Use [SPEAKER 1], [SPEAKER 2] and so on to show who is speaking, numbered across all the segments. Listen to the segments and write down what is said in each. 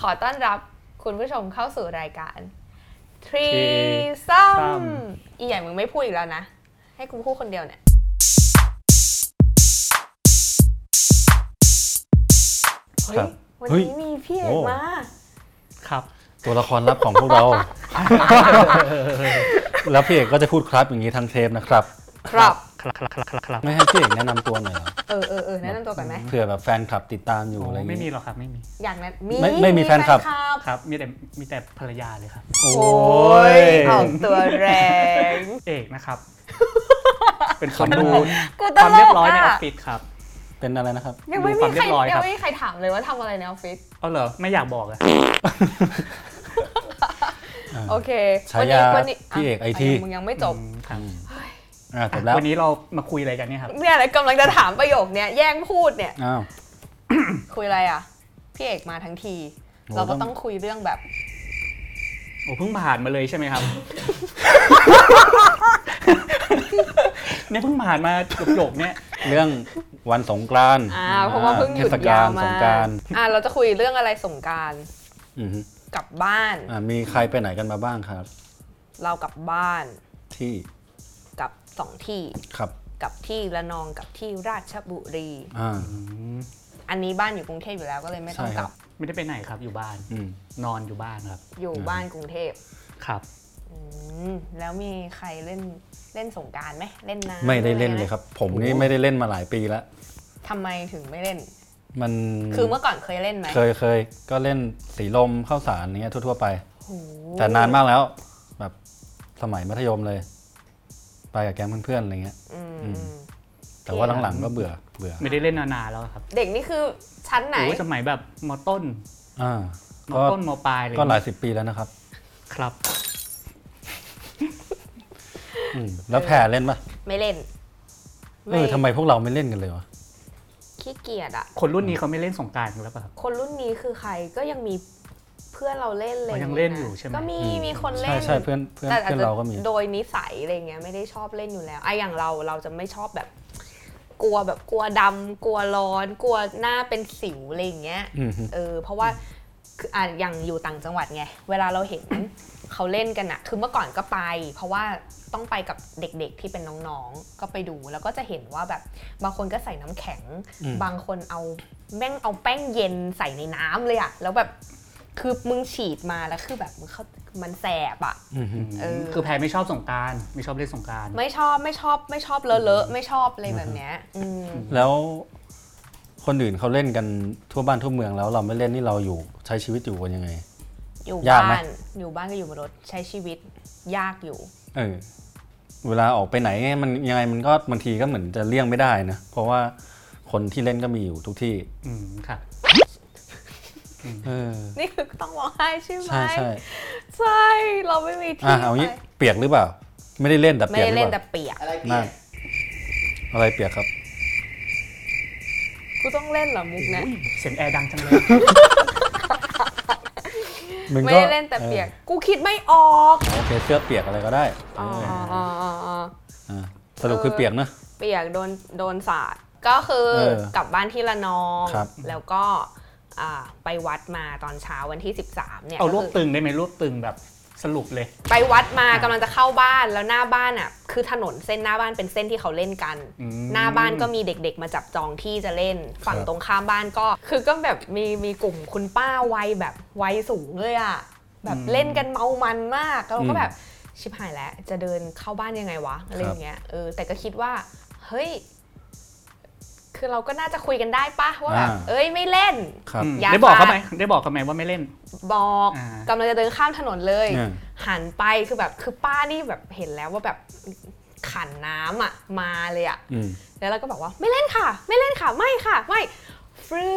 [SPEAKER 1] ขอต้อนรับคุณผู้ชมเข้าสู่รายการทรี
[SPEAKER 2] Threesome
[SPEAKER 1] ซัมอีใหญ่มึงไม่พูดอีกแล้วนะ ให้กูพูดคนเดียวเนี่ย เฮ้ย
[SPEAKER 3] ครับ
[SPEAKER 1] วัน
[SPEAKER 2] เฮ้ย
[SPEAKER 1] นี้มีพี่เอก
[SPEAKER 3] โอ้
[SPEAKER 1] มา
[SPEAKER 2] ครับ
[SPEAKER 3] ตัวละครลับของพวกเรา แล้วพี่เอกก็จะพูดครับอย่างนี้ทั้งเทปนะครับ
[SPEAKER 1] ครับ
[SPEAKER 2] ครับครับครับครับครับ
[SPEAKER 3] ไม่ให้พี่เอกแนะนำตัวหน่อยเหรอ
[SPEAKER 1] เออเออเออแนะนำตัวก่อนไหม
[SPEAKER 3] เผื่อแบบแฟนคลับติดตามอยู่
[SPEAKER 2] โอ้
[SPEAKER 3] อะไรอย่าง
[SPEAKER 2] ไม่มี
[SPEAKER 3] งี้
[SPEAKER 2] หรอกครับไม่มี
[SPEAKER 1] อย่างนั้น
[SPEAKER 3] ไม่ไม่มีแฟนคลับ
[SPEAKER 1] บ
[SPEAKER 2] ครับ มีแต่มีแต่ภรรยาเลยครับ
[SPEAKER 3] โอ้
[SPEAKER 1] โอ้ยออกตัวแรง
[SPEAKER 2] เอกนะครับ เป็นคน
[SPEAKER 3] คำ
[SPEAKER 2] ดู
[SPEAKER 3] ดู
[SPEAKER 1] กูต
[SPEAKER 2] ควา
[SPEAKER 1] ล
[SPEAKER 2] มเรีย
[SPEAKER 1] ก
[SPEAKER 2] บร้อยในออ
[SPEAKER 1] อ่ะ
[SPEAKER 2] ฟฟิศครับ
[SPEAKER 3] เป็นอะไรนะครับ
[SPEAKER 1] ยังไม่มีใคร
[SPEAKER 2] ดูความเรียบร้อยค
[SPEAKER 1] ยั
[SPEAKER 2] รับ
[SPEAKER 1] งไม่มีใครถามเลยว่าทำอะไรในออฟฟิศ
[SPEAKER 2] เอาเหรอไม่อยากบอกอะ
[SPEAKER 1] โอเค
[SPEAKER 3] ฉายาพี่เอก
[SPEAKER 1] ะ
[SPEAKER 3] IT
[SPEAKER 1] มึงยังไม่จบ
[SPEAKER 2] อืมครับ
[SPEAKER 3] อ่าจบ
[SPEAKER 2] อ่ะ
[SPEAKER 3] แล้ว
[SPEAKER 2] วันนี้เรามาคุยอะไรกันเนี่ยครับ
[SPEAKER 1] เนี่ยแหละกำลังจะถามประโยคเนี่ยแย่งพูดเนี่ย
[SPEAKER 3] อ้าว
[SPEAKER 1] คุยอะไรอ่ะ พี่เอกมาทั้งที
[SPEAKER 3] โอ้
[SPEAKER 1] เราก็
[SPEAKER 3] ต้
[SPEAKER 1] ต้อ
[SPEAKER 3] องง
[SPEAKER 1] คุยเรื่องแบบ
[SPEAKER 2] โอ้เพิ่งผ่านมาเลยใช่ไหมครับ เนี่ยเพิ่งผ่านมาหยกๆเนี่ย
[SPEAKER 3] เรื่องวันสงกรานต์
[SPEAKER 1] อ่าเพราะว่าเพิ่งหยุด
[SPEAKER 3] เทศก
[SPEAKER 1] ยาว
[SPEAKER 3] ล
[SPEAKER 1] มา
[SPEAKER 3] สงกรานต์
[SPEAKER 1] อ่าเราจะคุยเรื่องอะไรสงกราร
[SPEAKER 3] อือฮึ
[SPEAKER 1] กลับบ้าน
[SPEAKER 3] อ่ามีใครไปไหนกันมาบ้างครับ
[SPEAKER 1] เรากลับบ้าน
[SPEAKER 3] ที่
[SPEAKER 1] กับสองที่
[SPEAKER 3] ครับ
[SPEAKER 1] กับที่ละนองกับที่ราชบุรี
[SPEAKER 3] อ่า
[SPEAKER 1] อันนี้บ้านอยู่กรุงเทพอยู่แล้วก็เลยไม่ต้อง
[SPEAKER 3] ใช่
[SPEAKER 1] ก
[SPEAKER 3] ครั
[SPEAKER 1] ลั
[SPEAKER 3] บ
[SPEAKER 1] บ
[SPEAKER 2] ไม่ได้ไปไหนครับอยู่บ้าน
[SPEAKER 3] อืม
[SPEAKER 2] นอนอยู่บ้านครับ
[SPEAKER 1] อยู่บ้านกรุงเทพ
[SPEAKER 2] ครับ
[SPEAKER 1] อืมแล้วมีใครเล่นเล่นสงกรารไหมเล่นน้ำ
[SPEAKER 3] ไม่ได้เล่น
[SPEAKER 1] อะ
[SPEAKER 3] เล
[SPEAKER 1] ห
[SPEAKER 3] ยครับ ผมนี่ไม่ได้เล่นมาหลายปีแล้ว
[SPEAKER 1] ทำไมถึงไม่เล่น
[SPEAKER 3] มัน
[SPEAKER 1] คือเมื่อก่อนเคยเล่นไหม
[SPEAKER 3] เคยเคยก็เล่นสีลมข้าวสารอย่างเงี้ยทั่วๆไป
[SPEAKER 1] โอ้โห
[SPEAKER 3] แต่นานมากแล้วแบบสมัยมัธยมเลย ไปกับแก๊งเพื่อนๆอะไรเงี้ย
[SPEAKER 1] อืม
[SPEAKER 3] อืม
[SPEAKER 1] อืม
[SPEAKER 3] แต่ว่าหลังๆก็เบื่อเบื่อ
[SPEAKER 2] ไม่ได้เล่นนานๆแล้วครับ
[SPEAKER 1] เด็กนี่คือชั้นไหน
[SPEAKER 2] โอ้สมัยแบบมต้น
[SPEAKER 3] อ่าม ก็
[SPEAKER 2] ต้นมปลายอะไร
[SPEAKER 3] ก็หลายสิบปีแล้วนะครับ
[SPEAKER 2] ครับ
[SPEAKER 3] อืมแล้วแผ่เล่นปะ
[SPEAKER 1] ไม่เล่น
[SPEAKER 3] เออทำไมพวกเราไม่เล่นกันเลยวะ
[SPEAKER 1] ขี้เกียจอะ
[SPEAKER 2] คนรุ่นนี้เขาไม่เล่นสงกรารกันแล้วป่ะครับ
[SPEAKER 1] คนรุ่นนี้คือใครก็ยังมีเพื่อนเราเล่นเลย
[SPEAKER 2] เขายังเล่นอยู่ใช่ไหม
[SPEAKER 1] ก็มีมีคนเล่
[SPEAKER 3] ใช่
[SPEAKER 1] น
[SPEAKER 3] ใช่เพื่อนเพื่อน
[SPEAKER 1] แต่
[SPEAKER 3] เพื่อนเราก็มี
[SPEAKER 1] โดยนิสัยอะไรเงี้ยไม่ได้ชอบเล่นอยู่แล้วไอะอย่างเราเราจะไม่ชอบแบบ กลัวแบบกลัวดำกลัวร้อน กลัวหน้าเป็นสิวอะไรอย่างเงี้ย
[SPEAKER 3] อืมฮึ
[SPEAKER 1] เออเพราะว่าคืออ่ะอย่างอยู่ต่างจังหวัดไง เวลาเราเห็น เขาเล่นกันอะคือเมื่อก่อนก็ไป เพราะว่าต้องไปกับเด็กๆที่เป็นน้องๆ ก็ไปดูแล้วก็จะเห็นว่าแบบบางคนก็ใส่น้ำแข็ง
[SPEAKER 3] อืม
[SPEAKER 1] บางคนเอาแม่งเอาแป้งเย็นใส่ในน้ำเลยอะแล้วแบบคือมึงฉีดมาแล้วคือแบบมึงเขามันแสบอะ
[SPEAKER 3] อืมฮึ
[SPEAKER 1] เออ
[SPEAKER 2] คือแพรไม่ชอบสงกรารไม่ชอบเล่นสงกราร
[SPEAKER 1] ไม่ชอบไม่ชอบไม่ชอบเลอะเลอะไม่ชอบอะไรแบบเนี้ยอืม
[SPEAKER 3] แล้วคนอื่นเขาเล่นกันทั่วบ้านทั่วเมืองแล้วเราไม่เล่นนี่เราอยู่ใช้ชีวิตอยู่กันยังไง
[SPEAKER 1] อยู่
[SPEAKER 3] ยากไหม
[SPEAKER 1] บ้านอยู่บ้านก็อยู่บนรถใช้ชีวิตยากอยู่
[SPEAKER 3] เออเวลาออกไปไหนมันยังไงมันก็บางทีก็เหมือนจะเลี่ยงไม่ได้นะเพราะว่าคนที่เล่นก็มีอยู่ทุกที่
[SPEAKER 2] อืมครับ
[SPEAKER 3] เออ
[SPEAKER 1] นี่คือต้องร้องไห้ใช่ไหม
[SPEAKER 3] ใช่ใช่
[SPEAKER 1] ใช่เราไม่มีที่
[SPEAKER 3] อ่ะเอางี้เปียกหรือเปล่า ไม่ได้เล่นแต่
[SPEAKER 1] ไม่
[SPEAKER 3] เปียก
[SPEAKER 1] ได้
[SPEAKER 3] หรือ
[SPEAKER 1] เล่น
[SPEAKER 3] เป
[SPEAKER 1] แต่
[SPEAKER 3] ล่า
[SPEAKER 1] เปียก
[SPEAKER 4] อะไรเปลี่
[SPEAKER 3] นั่
[SPEAKER 4] ย
[SPEAKER 3] น
[SPEAKER 4] น
[SPEAKER 3] อะไรเปียกครับ
[SPEAKER 1] กูต้องเล่นเหรอมุกเนะ
[SPEAKER 2] เสียงแอร์ดังจังเลย
[SPEAKER 3] มึง
[SPEAKER 1] ไม่
[SPEAKER 3] ก็
[SPEAKER 1] ได้เล่นแต่เปียก กูคิดไม่ออก
[SPEAKER 3] โอเคเสื้อเปียกอะไรก็ได้
[SPEAKER 1] อ๋อ
[SPEAKER 3] เออ
[SPEAKER 1] อ๋ออ๋ออ๋อ
[SPEAKER 3] อ่ะสรุป
[SPEAKER 1] เออ
[SPEAKER 3] คือเปียกนะ
[SPEAKER 1] เปียกโดนโดนสาดก็คือ
[SPEAKER 3] เออก
[SPEAKER 1] ลับบ้านที่ละนอง
[SPEAKER 3] ครับ
[SPEAKER 1] แล้วก็อ่าไปวัดมาตอนเช้าวันที่ 13เนี่ย
[SPEAKER 2] เอารวบ
[SPEAKER 1] ก็คือ
[SPEAKER 2] ตึงได้ไหมรวบตึงแบบสรุปเลย
[SPEAKER 1] ไปวัดมากำลังจะเข้าบ้านแล้วหน้าบ้านอ่ะคือถนนเส้นหน้าบ้านเป็นเส้นที่เขาเล่นกัน
[SPEAKER 2] อืม
[SPEAKER 1] หน้าบ้านก็มีเด็ก ๆ มาจับจองที่จะเล่น ฝั่งตรงข้ามบ้านก็ คือก็แบบมีมีกลุ่มคุณป้าวัยแบบวัยสูงเลยอะแบบเล่นกันเมามันมากแล้วเราก็
[SPEAKER 3] อืม
[SPEAKER 1] แบบชิบหายแล้วจะเดินเข้าบ้านยังไงวะอะไรอย่างเงี้ยเออแต่ก็คิดว่าเฮ้ยคือเราก็น่าจะคุยกันได้ปะว่าแบบ
[SPEAKER 3] อ่า
[SPEAKER 1] เอ้ยไม่เล่น
[SPEAKER 3] ครับ
[SPEAKER 2] อืม
[SPEAKER 1] ยาก
[SPEAKER 2] ได้บอกเขาไหมได้บอกเขาไหมว่าไม่เล่น
[SPEAKER 1] บอก
[SPEAKER 2] อ่าก
[SPEAKER 1] ำลังจะเดินข้ามถนนเลย
[SPEAKER 3] อ่า
[SPEAKER 1] หันไปคือแบบคือป้านี่แบบเห็นแล้วว่าแบบขันน้ำอะมาเลยอะ
[SPEAKER 3] อืม
[SPEAKER 1] แล้วเราก็บอกว่าไม่เล่นค่ะ ไม่เล่นค่ะ ไม่ค่ะ ไม่ฟรื้อ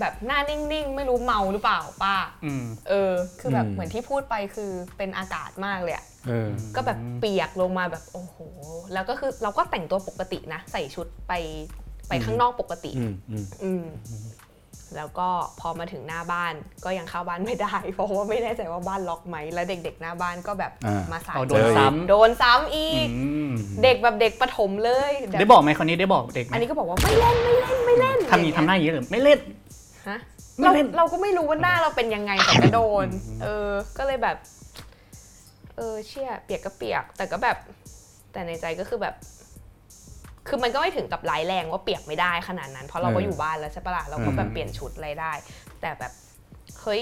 [SPEAKER 1] แบบหน้านิ่งๆ ไม่รู้เมาหรือเปล่าป้า
[SPEAKER 2] อืม
[SPEAKER 1] เออ คือแบบ
[SPEAKER 3] อืม
[SPEAKER 1] เหมือนที่พูดไปคือเป็นอากาศมากเลยอะ
[SPEAKER 3] เออ
[SPEAKER 1] ก็แบบเปียกลงมาแบบโอ้โห แล้วก็คือเราก็แต่งตัวปกตินะ ใส่ชุดไปไป
[SPEAKER 3] อืม
[SPEAKER 1] ข้างนอกปกติ
[SPEAKER 3] อืมอืม
[SPEAKER 1] อืม แล้วก็พอมาถึงหน้าบ้านก็ยังเข้าบ้านไม่ได้ เพราะว่าไม่แน่ใจว่าบ้านล็อกไหม แล้วเด็ก ๆ หน้าบ้านก็แบบ
[SPEAKER 3] อ่า
[SPEAKER 1] มาสาด
[SPEAKER 2] เอาโดน
[SPEAKER 3] เจออีก
[SPEAKER 2] ซ้ำ
[SPEAKER 1] โดนซ้ำอีก
[SPEAKER 2] อืม
[SPEAKER 1] เด็กแบบเด็กประถมเลยแบบ
[SPEAKER 2] ได้บอกไหมคนนี้ได้บอกเด็กไหม
[SPEAKER 1] อันนี้ก็บอกว่าไม่เล่นไม่เล่นไม่เล่น
[SPEAKER 2] ทำนี้ทำหน้าอย่างนี้หรือไม่เล่น
[SPEAKER 1] ฮะ เราเราก็ไม่รู้ว่าหน้าเราเป็นยังไงแต่ก็โดน เออ ก็เลยแบบ เออเชี่ยเปียกก็เปียก แต่ก็แบบ แต่ในใจก็คือแบบ คือมันก็ไม่ถึงกับร้ายแรงว่าเปียกไม่ได้ขนาดนั้น เพราะเราก็
[SPEAKER 3] เออ
[SPEAKER 1] อ
[SPEAKER 3] อ
[SPEAKER 1] ยู่บ้านแล้วใช่ปะล่ะเราก็แบบ
[SPEAKER 2] อืม
[SPEAKER 1] เปลี่ยนชุดอะไรได้ แต่แบบเฮ้ย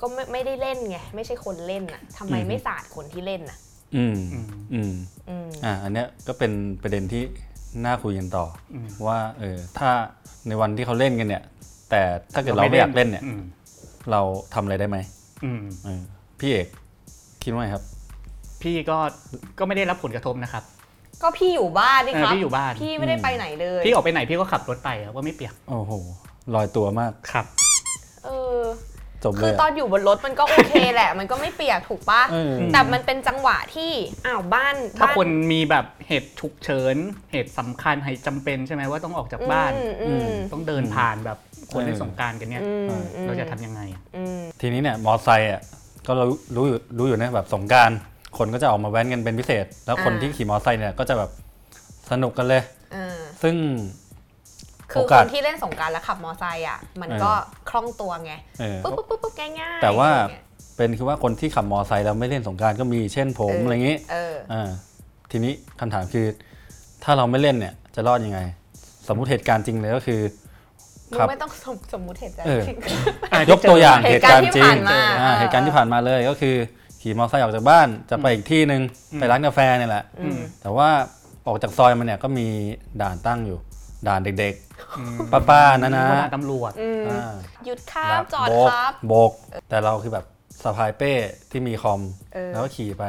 [SPEAKER 1] ก็ไม่ไม่ได้เล่นไงไม่ใช่คนเล่นน่ะทำไมไม่สาดคนที่เล่นน่ะ
[SPEAKER 3] อืม
[SPEAKER 2] อืม
[SPEAKER 3] อืม
[SPEAKER 1] อืม
[SPEAKER 3] อ่ะอันเนี้ยก็เป็นประเด็นที่น่าคุยกันต่ออ
[SPEAKER 2] ม
[SPEAKER 3] ว่าเออถ้าในวันที่เขาเล่นกันเนี่ย แต่ถ้าเกิดเราไม่อยากเล่นเนี่ย
[SPEAKER 2] อืม
[SPEAKER 3] เราทำอะไรได้ไหม
[SPEAKER 2] อืม
[SPEAKER 3] เออพี่เอกคิดว่าไงครับ
[SPEAKER 2] พี่ก็ก็ไม่ได้รับผลกระทบนะครับ
[SPEAKER 1] ก็พี่อยู่บ้านนี่ครับ
[SPEAKER 2] เออพี่อยู่บ้าน
[SPEAKER 1] พี่ไม่ได้ไปไหนเลย
[SPEAKER 2] พี่ออกไปไหนพี่ก็ขับรถไปครับว่าไม่เปียก
[SPEAKER 3] โอ้โหลอยตัวมาก
[SPEAKER 2] ครับ
[SPEAKER 1] เออ
[SPEAKER 3] จบเล
[SPEAKER 1] คือย ตอ
[SPEAKER 3] อะ
[SPEAKER 1] นอยู่บนรถมันก็โอเคแหละ มันก็ไม่เปียกถูกปะ
[SPEAKER 3] เออ
[SPEAKER 1] แต่มันเป็นจังหวะที่อ้าวบ้าน
[SPEAKER 2] ถ้า
[SPEAKER 1] บ้
[SPEAKER 2] คนมีแบบเหตุฉุกเฉินเหตุสำคัญเหตุจำเป็นใช่ไหมว่าต้องออกจากบ้าน
[SPEAKER 1] อืมอืม
[SPEAKER 2] ต้องเดินผ่านแบบคน
[SPEAKER 3] เออ
[SPEAKER 2] เล่นสงกรารกันเนี่ย
[SPEAKER 1] อืมอืม
[SPEAKER 2] เราจะทำยังไงอะ
[SPEAKER 1] อืม
[SPEAKER 3] ทีนี้เนี่ยมอไซค์อ่ะก็รู้รู้อยู่รู้อยู่นะแบบสงกรารคนก็จะออกมาแว้นกันเป็นพิเศษ แล้วคนที่ขี่มอไซค์เนี่ยก็จะแบบสนุกกันเลย
[SPEAKER 1] อ่า
[SPEAKER 3] ซึ่ง
[SPEAKER 1] คือ
[SPEAKER 3] โอ
[SPEAKER 1] ค
[SPEAKER 3] กาส
[SPEAKER 1] นที่เล่นสงกรารแล้วขับมอไซค์อ่ะ มัน
[SPEAKER 3] เออ
[SPEAKER 1] ก็คล่องตัวไง
[SPEAKER 3] เออ
[SPEAKER 1] ปุ๊บปุ๊บปุ๊บปุ๊บง่ายๆ
[SPEAKER 3] แต่ว่า
[SPEAKER 1] อะไรเงี้ย
[SPEAKER 3] เป็นคือว่าคนที่ขับมอไซค์แล้วไม่เล่นสงกรารก็มีเช่นผม
[SPEAKER 1] เอออ
[SPEAKER 3] อะไรอย่างงี้
[SPEAKER 1] เออ
[SPEAKER 3] อ่าทีนี้คำถามคือ ถ้าเราไม่เล่นเนี่ย จะรอดยังไง สมมุติเหตุการณ์จริงเลยก็คือ
[SPEAKER 1] มึง
[SPEAKER 3] ครับ
[SPEAKER 1] ไม่ต้องสมสมมุติเหตุการณ์
[SPEAKER 3] เออ
[SPEAKER 1] จริง
[SPEAKER 3] ยกตัวอย่าง
[SPEAKER 1] เห
[SPEAKER 3] เห
[SPEAKER 1] ตุ
[SPEAKER 3] ตุ
[SPEAKER 1] กา
[SPEAKER 3] การ ร
[SPEAKER 1] ณ์
[SPEAKER 3] ณ์
[SPEAKER 1] ที่
[SPEAKER 3] จริง
[SPEAKER 1] ผ่านมา
[SPEAKER 3] อ่า
[SPEAKER 1] อ่า
[SPEAKER 3] เหตุการณ์ที่ผ่านมาเลยก็คือ ขี่มอเตอร์ไซค์ออกจากบ้านจะไปอีกที่หนึ่งไปร้านกาแฟเนี่ยแหละ
[SPEAKER 1] อืม
[SPEAKER 3] แต่ว่าออกจากซอยมันเนี่ยก็มีด่านตั้งอยู่ ด่านเด็กๆ ป้าๆนะนะ
[SPEAKER 2] เวลาตำรวจ
[SPEAKER 1] อืม
[SPEAKER 3] อ่า
[SPEAKER 1] หยุดครับจอด
[SPEAKER 3] โบ
[SPEAKER 1] ค
[SPEAKER 3] ก
[SPEAKER 1] รับ
[SPEAKER 3] โบก แต่เราคือแบบสะพายเป้ที่มีคอม
[SPEAKER 1] เออ
[SPEAKER 3] แล้วก็ขี่ไป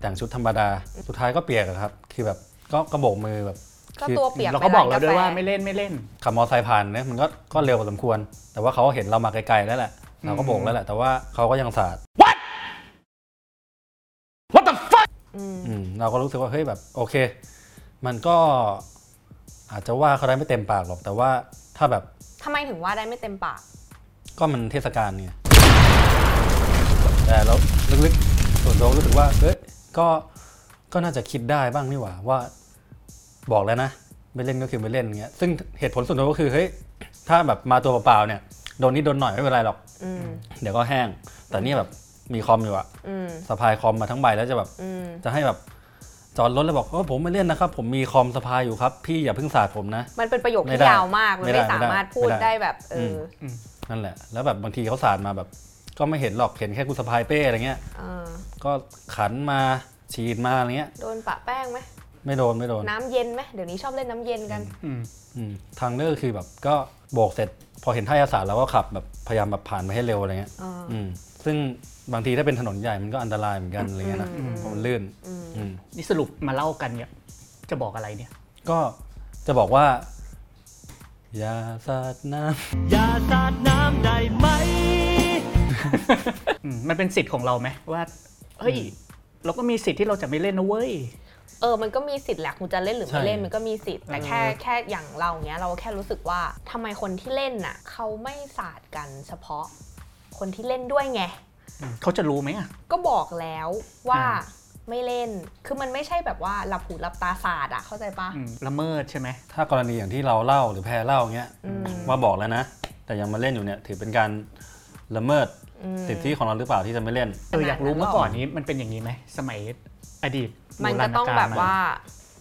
[SPEAKER 3] แต่งชุดธรรมดา สุดท้ายก็เปียกอะครับ คือแบบก็ก็โบกมือแบบ
[SPEAKER 1] ก็ตัวเปียก
[SPEAKER 2] เราก็บอก
[SPEAKER 1] ไป
[SPEAKER 2] เรา
[SPEAKER 1] น
[SPEAKER 2] ด้วย
[SPEAKER 1] ฟ
[SPEAKER 2] ว่าไม่เล่นไม่เล่น
[SPEAKER 3] ขับมอไซค์ผ่านเนี่ยมันก็ก็เร็วพอสมควร แต่ว่าเขาเห็นเรามาไกลๆแล้วแหละ เราก็โบกแล้วแหละ แต่ว่าเขาก็ยังสาด
[SPEAKER 2] What the fuck
[SPEAKER 1] อืม
[SPEAKER 3] อืมเราก็รู้สึกว่าเฮ้ยแบบโอเค มันก็อาจจะว่าเขาได้ไม่เต็มปากหรอก แต่ว่าถ้าแบบ
[SPEAKER 1] ทำไมถึงว่าได้ไม่เต็มปาก
[SPEAKER 3] ก็มันเทศกาลไงแต่เราลึกๆส่วนตัวรู้สึกว่าเอ้ยก็ก็น่าจะคิดได้บ้างนี่หว่าว่า บอกแล้วนะ ไม่เล่นก็คือไม่เล่นเงี้ยซึ่งเหตุผลส่วนตัวก็คือเฮ้ยถ้าแบบมาตัวเปล่าๆเนี่ยโดนนิดโดนหน่อยไม่เป็นไรหรอก
[SPEAKER 1] อืม
[SPEAKER 3] เดี๋ยวก็แห้ง แต่นี่แบบมีคอมอยู่อะ
[SPEAKER 1] อืม
[SPEAKER 3] สะพายคอมมาทั้งใบแล้วจะแบบ
[SPEAKER 1] อืม
[SPEAKER 3] จะให้แบบจอดรถแล้วบอกว่าผมไม่เล่นนะครับ ผมมีคอมสะพายอยู่ครับ พี่อย่าเพิ่งสาดผมนะ
[SPEAKER 1] มันเป็นประโยค
[SPEAKER 3] ไม่
[SPEAKER 1] ที่
[SPEAKER 3] ได้
[SPEAKER 1] ยาวมากมัน
[SPEAKER 3] ไม่
[SPEAKER 1] ไม่
[SPEAKER 3] ได้
[SPEAKER 1] สามารถพูด
[SPEAKER 3] ไม่ได้
[SPEAKER 1] ได้แบบเออ
[SPEAKER 3] ม
[SPEAKER 1] อ
[SPEAKER 3] นั่นแหละ แล้วแบบบางทีเขาสาดมาแบบ ก็ไม่เห็นหรอกเห็นแค่กูสะพายเป้อะไรเงี้ย
[SPEAKER 1] เออ
[SPEAKER 3] ก็ขันมาฉีดมาอะไรเงี้ย
[SPEAKER 1] โดนปะแป้งไหม
[SPEAKER 3] ไม่โดนไม่โดน
[SPEAKER 1] น้ำเย็นไหมเดี๋ยวนี้ชอบเล่นน้ำเย็นกัน
[SPEAKER 2] อืม
[SPEAKER 3] อืมทางเลือกคือแบบก็โบกเสร็จ พอเห็นท่าจะสาดแล้วก็ขับแบบพยายามแบบผ่านไปให้เร็วอะไรเงี้ย
[SPEAKER 1] อ่า
[SPEAKER 3] อืมซึ่งบางทีถ้าเป็นถนนใหญ่มันก็อันตรายเหมือนกันอะไรเงี้ยนะเพราะมันลื่นอืม
[SPEAKER 2] นี่สรุปมาเล่ากันเนี่ย จะบอกอะไรเนี่ย
[SPEAKER 3] ก็จะบอกว่า อย่าสาดน้ำ
[SPEAKER 2] อย่าสาดน้ำได้ไหม มันเป็นสิทธิ์ของเราไหมว่า เฮ้ย เราก็มีสิทธิ์ที่เราจะไม่เล่นนะเว้ย
[SPEAKER 1] เออ มันก็มีสิทธิ์แหละคุณจะเล่นหรือ
[SPEAKER 3] ใช่
[SPEAKER 1] ไม่เล่นมันก็มีสิทธิ์ แต่แค่
[SPEAKER 2] เออ
[SPEAKER 1] แค่อย่างเราเนี้ยเราแค่รู้สึกว่าทำไมคนที่เล่นน่ะเขาไม่สาดกันเฉพาะ คนที่เล่นด้วยไง
[SPEAKER 2] อืมเขาจะรู้ไหมอ่ะ
[SPEAKER 1] ก็บอกแล้วว่า
[SPEAKER 2] อ่า
[SPEAKER 1] ไม่เล่น คือมันไม่ใช่แบบว่าหลับหูหลับตาสาดอะเข้าใจปะ
[SPEAKER 2] อืมละเมิดใช่ไหม
[SPEAKER 3] ถ้ากรณีอย่างที่เราเล่าหรือแพรเล่าเงี้ย
[SPEAKER 1] อืม
[SPEAKER 3] ว่าบอกแล้วนะ แต่ยังมาเล่นอยู่เนี่ย ถือเป็นการละเมิด
[SPEAKER 1] อืม
[SPEAKER 3] สิทธิของเราหรือเปล่าที่จะไม่เล่น
[SPEAKER 2] เอออยากรู้
[SPEAKER 1] ขนาดนั้น
[SPEAKER 2] เมื่อก่อนนี้มันเป็นอย่างนี้ไหม สมัยอดีต
[SPEAKER 1] มัน
[SPEAKER 2] โบรา
[SPEAKER 1] ก็
[SPEAKER 2] ณ
[SPEAKER 1] ต้อง
[SPEAKER 2] กาล
[SPEAKER 1] แบบ
[SPEAKER 2] ม
[SPEAKER 1] ว่า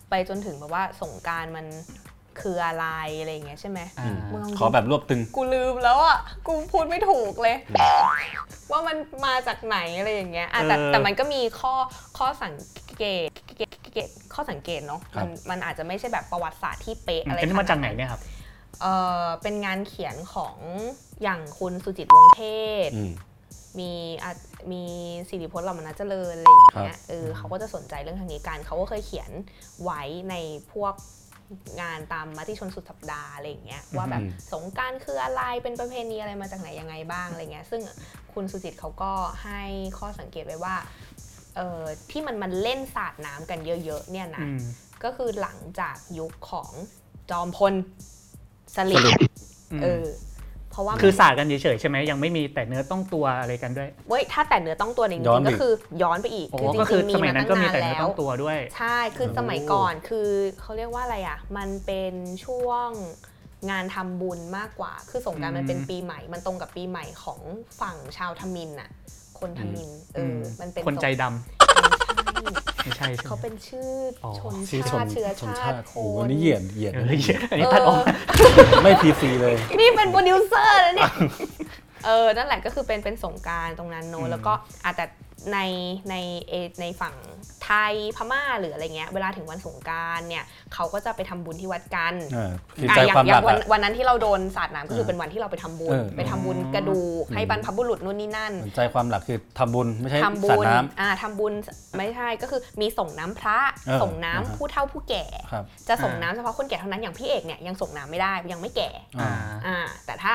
[SPEAKER 1] ไปจนถึงแบบว่าสงกรารมันคืออะไรอะไรอย่างเงี้ยใช่ไหม
[SPEAKER 2] อ่า
[SPEAKER 1] เมือง
[SPEAKER 3] ขอแบบรวบตึง
[SPEAKER 1] กูลืมแล้วอ่ะ กูพูดไม่ถูกเลย ว่ามันมาจากไหนอะไรอย่างเงี้ยอ่ะแต่แต่มันก็มีข้อข้อสังเกตเกตเกตข้อสังเกตเนาะ
[SPEAKER 3] ค
[SPEAKER 1] มั
[SPEAKER 3] รับ
[SPEAKER 1] นมันอาจจะไม่ใช่แบบประวัติศาสตร์ที่เป๊ะ
[SPEAKER 2] อืม
[SPEAKER 1] อะไร
[SPEAKER 2] อันนี้มาจากไหนเนี่ยครับ
[SPEAKER 1] เออเป็นงานเขียนของอย่างคุณสุจิตวงศ์เทศ
[SPEAKER 3] อืม
[SPEAKER 1] มีอ่ะมีสิริพจน์เหล่ามนาเจริญอะไรอย่างเงี้ยเออเขาก็จะสนใจเรื่องทางนี้กันเขาก็เคยเขียนไว้ในพวกงานตามมติชนสุดสัปดาห์อะไรอย่างเงี้ยว่าแบบ
[SPEAKER 3] อืม
[SPEAKER 1] สงกรารคืออะไรเป็นประเพณีอะไรมาจากไหนยังไงบ้างอะไรเงี้ยซึ่งคุณสุจิตเขาก็ให้ข้อสังเกตไว้ว่าเออที่มันมันเล่นสาดน้ำกันเยอะๆเนี่ยนะ
[SPEAKER 2] อืม
[SPEAKER 1] ก็คือหลังจากยุคของจอมพลสลิด
[SPEAKER 2] อืม
[SPEAKER 1] เออเพราะว่ามัน
[SPEAKER 2] คือสาดกันเฉยๆใช่ไหมยังไม่มีแต่เนื้อต้องตัวอะไรกันด้วย
[SPEAKER 1] เว้ยถ้าแต่เนื้อต้องตัวจริง
[SPEAKER 3] ย้อน
[SPEAKER 1] ๆ
[SPEAKER 3] ไป
[SPEAKER 1] ก็คือย้อนไปอีก
[SPEAKER 2] โอ้
[SPEAKER 1] คือจ
[SPEAKER 2] ก็คื
[SPEAKER 1] ริ
[SPEAKER 2] อง
[SPEAKER 1] ๆมี
[SPEAKER 2] สมัย
[SPEAKER 1] มาตั้
[SPEAKER 2] นั้น
[SPEAKER 1] ง
[SPEAKER 2] ก็มี
[SPEAKER 1] นาน
[SPEAKER 2] แต่เนื้อ
[SPEAKER 1] แล้
[SPEAKER 2] ต้
[SPEAKER 1] ว
[SPEAKER 2] องตัวด้วย
[SPEAKER 1] ใช่คือสมัยก่อนคือเขาเรียกว่าอะไรอ่ะ มันเป็นช่วง งานทำบุญมากกว่า คือสงกราร
[SPEAKER 2] อื
[SPEAKER 1] มั
[SPEAKER 2] ม
[SPEAKER 1] นเป็นปีใหม่ มันตรงกับปีใหม่ของฝั่งชาวทมินน่ะ คนทมินเออ
[SPEAKER 2] ม
[SPEAKER 1] มันเป็น
[SPEAKER 2] คนใจ
[SPEAKER 1] สง
[SPEAKER 2] ดำ
[SPEAKER 1] กรานต์
[SPEAKER 2] ไม่ใช่ใช่ไหม
[SPEAKER 1] เขาเป็นชื่ออ
[SPEAKER 2] อ
[SPEAKER 1] ชน
[SPEAKER 3] ชื่อช
[SPEAKER 1] ชาน ติเชื้อ
[SPEAKER 3] ชน
[SPEAKER 1] ชา
[SPEAKER 3] ชา
[SPEAKER 1] ติ
[SPEAKER 3] ติ
[SPEAKER 1] ค
[SPEAKER 3] โอ้โห
[SPEAKER 1] น
[SPEAKER 3] นี่เหยียดเหยียด
[SPEAKER 2] เออเหี้ยอันนี้ตัดออก
[SPEAKER 3] ไม่พีซีเลย
[SPEAKER 1] นี่เป็นโปรดิวเซอร์นะเนี่ย เออ นั่นแหละก็คือเป็นเป็นสงกรารตรงนั้นโน
[SPEAKER 2] อื
[SPEAKER 1] อะ
[SPEAKER 2] ม
[SPEAKER 1] แล้วก็อาจแต่ในในเอในฝั่งไทยพม่าหรืออะไรเงี้ย เวลาถึงวันสงกรารเนี่ยเขาก็จะไปทำบุญที่วัดกัน
[SPEAKER 3] เออคือ
[SPEAKER 1] อ่ะ
[SPEAKER 3] ใจ
[SPEAKER 1] อย่าง
[SPEAKER 3] ความ
[SPEAKER 1] อ
[SPEAKER 3] ห
[SPEAKER 1] ย่า
[SPEAKER 3] ลั
[SPEAKER 1] ง
[SPEAKER 3] ก
[SPEAKER 1] วัน
[SPEAKER 3] อะ
[SPEAKER 1] วันนั้นที่เราโดนสาดน้ำก็คือ
[SPEAKER 3] เออ
[SPEAKER 1] เป็นวันที่เราไปทำบุญ
[SPEAKER 3] เออ
[SPEAKER 1] ไปทำบุญกระดูกให้บรรพบุรุษนู่นนี่นั่น
[SPEAKER 3] สนใจความหลักคือทำบุญไม่ใช่
[SPEAKER 1] ทำ
[SPEAKER 3] สา
[SPEAKER 1] บุ
[SPEAKER 3] ด
[SPEAKER 1] ญ
[SPEAKER 3] น้ำ
[SPEAKER 1] อ่าทำบุญไม่ใช่ก็คือมีส่งน้ำพระ
[SPEAKER 3] เออ
[SPEAKER 1] ส่งน้ำ
[SPEAKER 3] อ่าฮะ
[SPEAKER 1] ผู้เฒ่าผู้แก่
[SPEAKER 3] ครับ
[SPEAKER 1] จะส่งน้ำเฉพาะคนแก่เท่านั้นอย่างพี่เอกเนี่ยยังส่งน้ำไม่ได้ยังไม่แก่
[SPEAKER 3] อ่า
[SPEAKER 2] อ่า
[SPEAKER 1] อ่าแต่ถ้า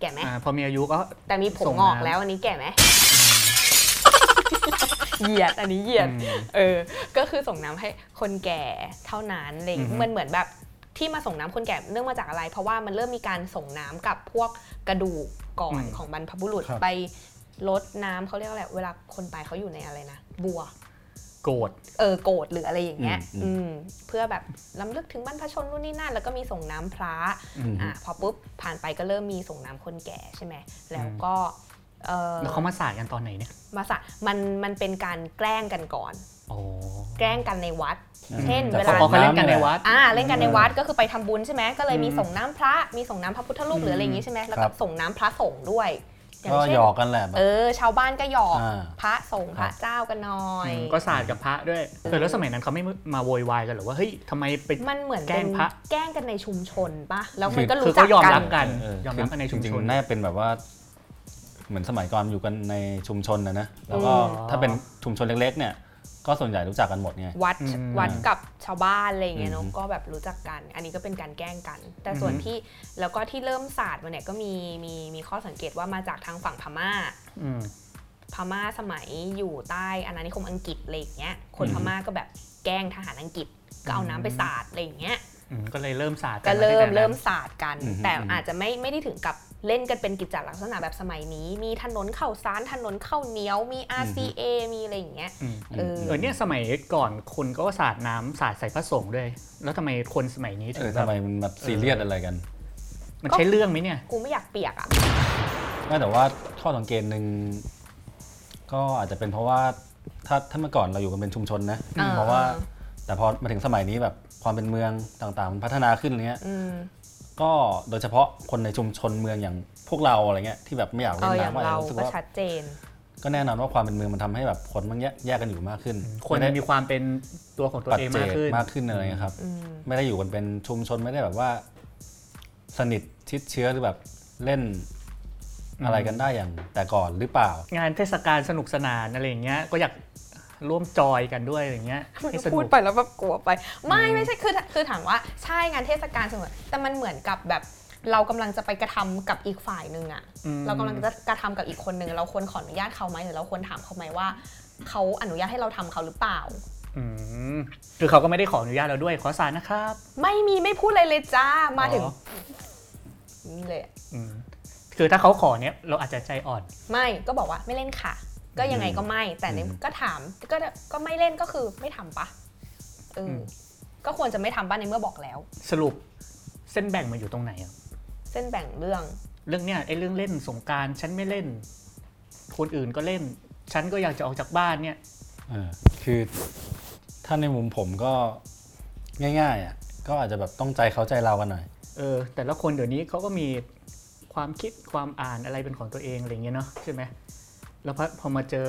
[SPEAKER 1] แก่ไหม
[SPEAKER 2] อ่าพอมีอายุก็
[SPEAKER 1] แต่มีผม
[SPEAKER 2] ส่ง
[SPEAKER 1] ง
[SPEAKER 2] น้ำ
[SPEAKER 1] อกแล้วอันนี้แก่ไหมเหยียดอันนี้เหยียด
[SPEAKER 2] อืม
[SPEAKER 1] เออ ก็คือส่งน้ำให้คนแก่เท่านั้นอะไรอย่างเลย
[SPEAKER 2] อือฮึ
[SPEAKER 1] มันเหมือนแบบที่มาส่งน้ำคนแก่เนื่องมาจากอะไร เพราะว่ามันเริ่มมีการส่งน้ำกับพวกกระดูกก่อน
[SPEAKER 2] อืม
[SPEAKER 1] ของบรรพบุรุษไปลดน้ำเขาเรียกว่าอะไรเวลาคนตายเขาอยู่ในอะไรนะบัว
[SPEAKER 2] โกรธ
[SPEAKER 1] เออโกรธหรืออะไรอย่างเงี้ยอืมเพื่อแบบล้ำลึกถึงบรรพชนรุ่นนี่นั่นแล้วก็มีส่งน้ำพระ
[SPEAKER 3] อืม
[SPEAKER 1] อ่ะพอปุ๊บผ่านไปก็เริ่มมีส่งน้ำคนแก่ใช่ไหมแล้วก็เออ
[SPEAKER 2] แล้วเขามาสาดกันตอนไหนเนี่ย
[SPEAKER 1] มาสะมันมันเป็นการแกล้งกันก่อน
[SPEAKER 2] โอ้
[SPEAKER 1] แกล้งกันในวัด
[SPEAKER 3] อืม
[SPEAKER 1] เช่น
[SPEAKER 3] จัด
[SPEAKER 1] เว
[SPEAKER 2] เขา
[SPEAKER 1] ลา
[SPEAKER 3] ขอ
[SPEAKER 2] เขาเล่นกันในวัด
[SPEAKER 1] อ่าเล่นกันใน
[SPEAKER 3] เออ
[SPEAKER 1] วัดก็คือไปทำบุญใช่ไหมก็เลยมี
[SPEAKER 2] อืม
[SPEAKER 1] ส่งน้ำพระมีส่งน้ำพระพุทธรูป
[SPEAKER 2] อืม
[SPEAKER 1] หรืออะไรอย่างงี้ใช่ไหมแล้ว
[SPEAKER 3] ครั
[SPEAKER 1] ก็
[SPEAKER 3] บ
[SPEAKER 1] ส่งน้ำพระสงฆ์ด้วยอย่าง
[SPEAKER 3] ก็
[SPEAKER 1] เช่
[SPEAKER 3] ห
[SPEAKER 1] น
[SPEAKER 3] ยอกกันแหละแบบ
[SPEAKER 1] เออ ชาวบ้านก็หยอก
[SPEAKER 3] อ่า
[SPEAKER 1] พระสงฆ์พ
[SPEAKER 3] ครั
[SPEAKER 1] ระ
[SPEAKER 3] บ
[SPEAKER 1] เจ้ากันหน่อย
[SPEAKER 2] อืมก็สาดกับพระด้วยเออแล้วสมัยนั้นเขาไม่มาโวยวายกันเหรอว่าเฮ้ยทำไมไป
[SPEAKER 1] มันเหมือน
[SPEAKER 2] แกล้
[SPEAKER 1] เป็
[SPEAKER 2] ง
[SPEAKER 1] น
[SPEAKER 2] พระ
[SPEAKER 1] แกล้งกันในชุมชนปะแล้วมันก็
[SPEAKER 2] คื
[SPEAKER 1] รู้
[SPEAKER 2] อ
[SPEAKER 1] จั
[SPEAKER 2] เขา
[SPEAKER 1] ก
[SPEAKER 2] ยอม
[SPEAKER 1] กั
[SPEAKER 2] รั
[SPEAKER 1] น
[SPEAKER 2] บกัน
[SPEAKER 3] เ
[SPEAKER 2] ยอมรับกันในชุม
[SPEAKER 3] จริ
[SPEAKER 2] ช
[SPEAKER 3] ง
[SPEAKER 2] น
[SPEAKER 3] ๆน่าจะเป็นแบบว่า เหมือนสมัยก่อนอยู่กันในชุมชนนะนะแล้วก็
[SPEAKER 1] อืม
[SPEAKER 3] ถ้าเป็นชุมชนเล็ก ๆ เนี่ย ก็ส่วนใหญ่รู้จักกันหมดไง
[SPEAKER 1] วัด
[SPEAKER 2] อืม
[SPEAKER 1] วัดกับชาวบ้านอะไรอย่างเงี้ยเนาะ
[SPEAKER 3] อืม
[SPEAKER 1] ก็แบบรู้จักกัน อันนี้ก็เป็นการแกล้งกัน แต่ส่วน
[SPEAKER 2] อืม
[SPEAKER 1] ที่แล้วก็ที่เริ่มศาสตร์มาเนี่ยก็มีมีมีข้อสังเกตว่ามาจากทางฝั่งพม่า
[SPEAKER 2] อืม
[SPEAKER 1] พม่าสมัยอยู่ใต้อาณานิคมอังกฤษอะไรอย่างเงี้ย คน
[SPEAKER 2] อืม
[SPEAKER 1] พม่าก็แบบแกล้งทหารอังกฤษ ก็เอา
[SPEAKER 2] อืม
[SPEAKER 1] น้ำไปสาดอะไรอย่างเงี้ย
[SPEAKER 2] อืมก็เลยเริ่มสาดน
[SPEAKER 1] ก็เริ่ม
[SPEAKER 2] ตั้งแต่นั้น
[SPEAKER 1] เริ่มสาดกัน
[SPEAKER 3] อืม
[SPEAKER 1] แต่
[SPEAKER 3] อืม
[SPEAKER 1] อาจจะไม่ไม่ได้ถึงกับเล่นกันเป็นกิจจลักษณะแบบสมัยนี้ มีถนนข้าวสารถนนข้าวเหนียวมี RCA มีอะไรอย่างเงี้ย
[SPEAKER 2] อืม
[SPEAKER 1] เออ
[SPEAKER 2] เออเนี่ยสมัยก่อนคนก็สาดน้ำสาดใส่พระสงฆ์ด้วย แล้วทำไมคนสมัยนี้ถึ
[SPEAKER 3] เอง อ
[SPEAKER 2] แบ
[SPEAKER 3] ทำ
[SPEAKER 2] บ
[SPEAKER 3] ไมมันแบบซีเรียสอะไรกัน
[SPEAKER 2] มันใช้เรื่องไหมเนี่ย
[SPEAKER 1] กูไม่อยากเปียกอ่ะ
[SPEAKER 3] ไม่แต่ว่าข้อสังเกตหนึ่งก็อาจจะเป็นเพราะว่าถ้าถ้าเมื่อก่อนเราอยู่กันเป็นชุมชนนะ
[SPEAKER 1] อ่า
[SPEAKER 3] เพราะว่า แต่พอมาถึงสมัยนี้แบบความเป็นเมืองต่างๆมันพัฒนาขึ้นอะไรเงี้ย
[SPEAKER 1] อืม
[SPEAKER 3] ก็โดยเฉพาะคนในชุมชนเมืองอย่างพวกเราอะไรเงี้ยที่แบบไม่อยาก
[SPEAKER 1] เอ
[SPEAKER 3] เล่น
[SPEAKER 1] ออย่าง
[SPEAKER 3] น้ำอะไร
[SPEAKER 1] เรา
[SPEAKER 3] สึก
[SPEAKER 1] ก็
[SPEAKER 3] ว่า
[SPEAKER 1] ชัดเจน
[SPEAKER 3] ก็แน่นอนว่าความเป็นเมืองมันทำให้แบบคนมันแยกแยกกันอยู่มากขึ้น
[SPEAKER 2] คน
[SPEAKER 3] ไได้
[SPEAKER 2] มีความเป็นตัวของตัว
[SPEAKER 3] ปัจ
[SPEAKER 2] เอง
[SPEAKER 3] เจ
[SPEAKER 2] มาก
[SPEAKER 3] ก
[SPEAKER 2] ขึ้น
[SPEAKER 3] มากขึ้นอะไรเงี้ยครับ
[SPEAKER 1] อืม
[SPEAKER 3] ไม่ได้อยู่กันเป็นชุมชนไม่ได้แบบว่า สนิทชิดเชื้อหรือแบบเล่น
[SPEAKER 2] อืม
[SPEAKER 3] อะไรกันได้อย่างแต่ก่อนหรือเปล่า
[SPEAKER 2] งานเทศกาลสนุกสนานอะไรอย่างเงี้ยก็อยากร่วมจอยกันด้วยอะไรอย่างเงี้ยให้ส
[SPEAKER 1] พู
[SPEAKER 2] นุ
[SPEAKER 1] ด
[SPEAKER 2] ก
[SPEAKER 1] ไปแล้วแบบกลัวไป ไม่ไม่ใช่คือคือถามว่าใช่งานเทศกาลเสมอแต่มันเหมือนกับแบบ เรากำลังจะไปกระทำกับอีกฝ่ายหนึ่งอะ
[SPEAKER 2] อืม
[SPEAKER 1] เรากำลังจะกระทำกับอีกคนหนึ่งเราควรขออนุญาตเขาไหมหรือเราควรถามเขาไหมว่าเขาอนุญาตให้เราทำเขาหรือเปล่า
[SPEAKER 2] อืมคือเขาก็ไม่ได้ขออนุญาตเราด้วยขอสารนะครับ
[SPEAKER 1] ไม่มีไม่พูดอะไรเลยจ้ามาถึง
[SPEAKER 2] อ๋อ
[SPEAKER 1] นี่เลยอะ
[SPEAKER 2] อืมคือถ้าเขาขอเนี้ยเราอาจจะใจอ่อน
[SPEAKER 1] ไม่ก็บอกว่าไม่เล่นค่ะ ก็ยังไงก็ไม่ แต่ใน
[SPEAKER 3] อืม
[SPEAKER 1] ก็ถามก็ก็ไม่เล่นก็คือไม่ทำปะเอออ
[SPEAKER 2] ม
[SPEAKER 1] ก็ควรจะไม่ทำบ้านในเมื่อบอกแล้ว
[SPEAKER 2] สรุปเส้นแบ่งมันอยู่ตรงไหนอะ
[SPEAKER 1] เส้นแบ่งเรื่อง
[SPEAKER 2] เรื่องเนี้ยไอ้เรื่องเล่นสงกรารฉันไม่เล่น คนอื่นก็เล่น ฉันก็อยากจะออกจากบ้านเนี่ย
[SPEAKER 3] เออคือถ้าในมุมผมก็ง่ายๆอ่ะก็อาจจะแบบต้องใจเขาใจเรากันหน่อย
[SPEAKER 2] เออ แต่ละคนเดี๋ยวนี้เขาก็มีความคิดความอ่านอะไรเป็นของตัวเองอะไรอย่างเงี้ยเนาะใช่ไหมแล้วพอพอมาเจอ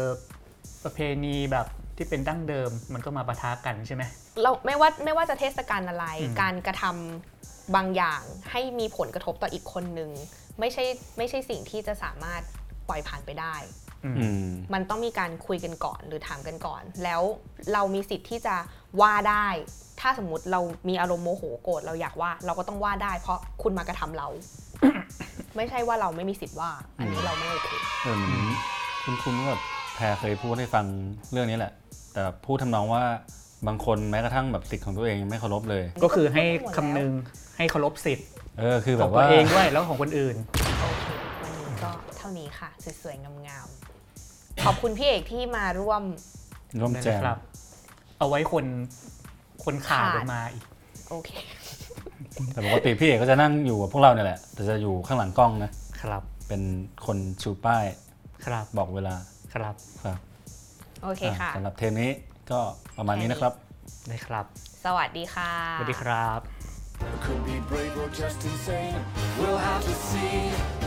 [SPEAKER 2] ประเพณีแบบที่เป็นดั้งเดิมมันก็มาปะทะกันใช่ไหม
[SPEAKER 1] เราไม่ว่าไม่ว่าจะเทศกาลอะไร
[SPEAKER 2] อืม
[SPEAKER 1] การกระทำบางอย่างให้มีผลกระทบต่ออีกคนนึงไม่ใช่ไม่ใช่สิ่งที่จะสามารถปล่อยผ่านไปได้
[SPEAKER 2] อืม
[SPEAKER 1] มันต้องมีการคุยกันก่อนหรือถามกันก่อน แล้วเรามีสิทธิ์ที่จะว่าได้ ถ้าสมมติเรามีอารมณ์โมโหโกรธเราอยากว่า เราก็ต้องว่าได้ เพราะคุณมากระทำเรา ไม่ใช่ว่าเราไม่มีสิทธิ์ว่า อันนี้
[SPEAKER 3] อืม
[SPEAKER 1] เราไม่โอเค
[SPEAKER 3] เออเหมือนคุณคุณก็แบบแพรเคยพูดให้ฟังเรื่องนี้แหละ แต่พูดทำนองว่าบางคนแม้กระทั่งแบบสิทธิ์ของตัวเองยังไม่เคารพเลย
[SPEAKER 2] ก็คือให้คำนึงให้เคารพสิทธิ์
[SPEAKER 3] เออคือ
[SPEAKER 2] ข
[SPEAKER 3] แบ
[SPEAKER 2] องตั
[SPEAKER 3] บ
[SPEAKER 2] ว
[SPEAKER 3] ว่า
[SPEAKER 2] เองด้วยแล้วของคนอื่น
[SPEAKER 1] โอเควันนี้ก็เท่านี้ค่ะสวยๆงามๆขอบคุณพี่เอกที่มาร่วม
[SPEAKER 3] ร่วมแจม
[SPEAKER 2] นะครับ เอาไว้คนคนขา
[SPEAKER 1] ขา
[SPEAKER 2] ด
[SPEAKER 1] ด
[SPEAKER 2] ออกมาอีก
[SPEAKER 1] โอเค
[SPEAKER 3] แต่ปกติพี่เอกก็จะนั่งอยู่กับพวกเราเนี่ยแหละ แต่จะอยู่ข้างหลังกล้องนะ
[SPEAKER 2] ครับ
[SPEAKER 3] เป็นคนชูป้าย
[SPEAKER 2] ครับ
[SPEAKER 3] บอกเวลา
[SPEAKER 2] ครับ
[SPEAKER 3] ครับ
[SPEAKER 1] โอเค
[SPEAKER 3] อ่ะ
[SPEAKER 1] ค่ะ
[SPEAKER 3] สำหรับเทปนี้ก็ประมาณนี้นะครับ
[SPEAKER 2] ได้ครับ
[SPEAKER 1] สวัสดีค่ะ
[SPEAKER 2] สวัสดีครับ
[SPEAKER 4] Could be brave or just insane. We'll have to see.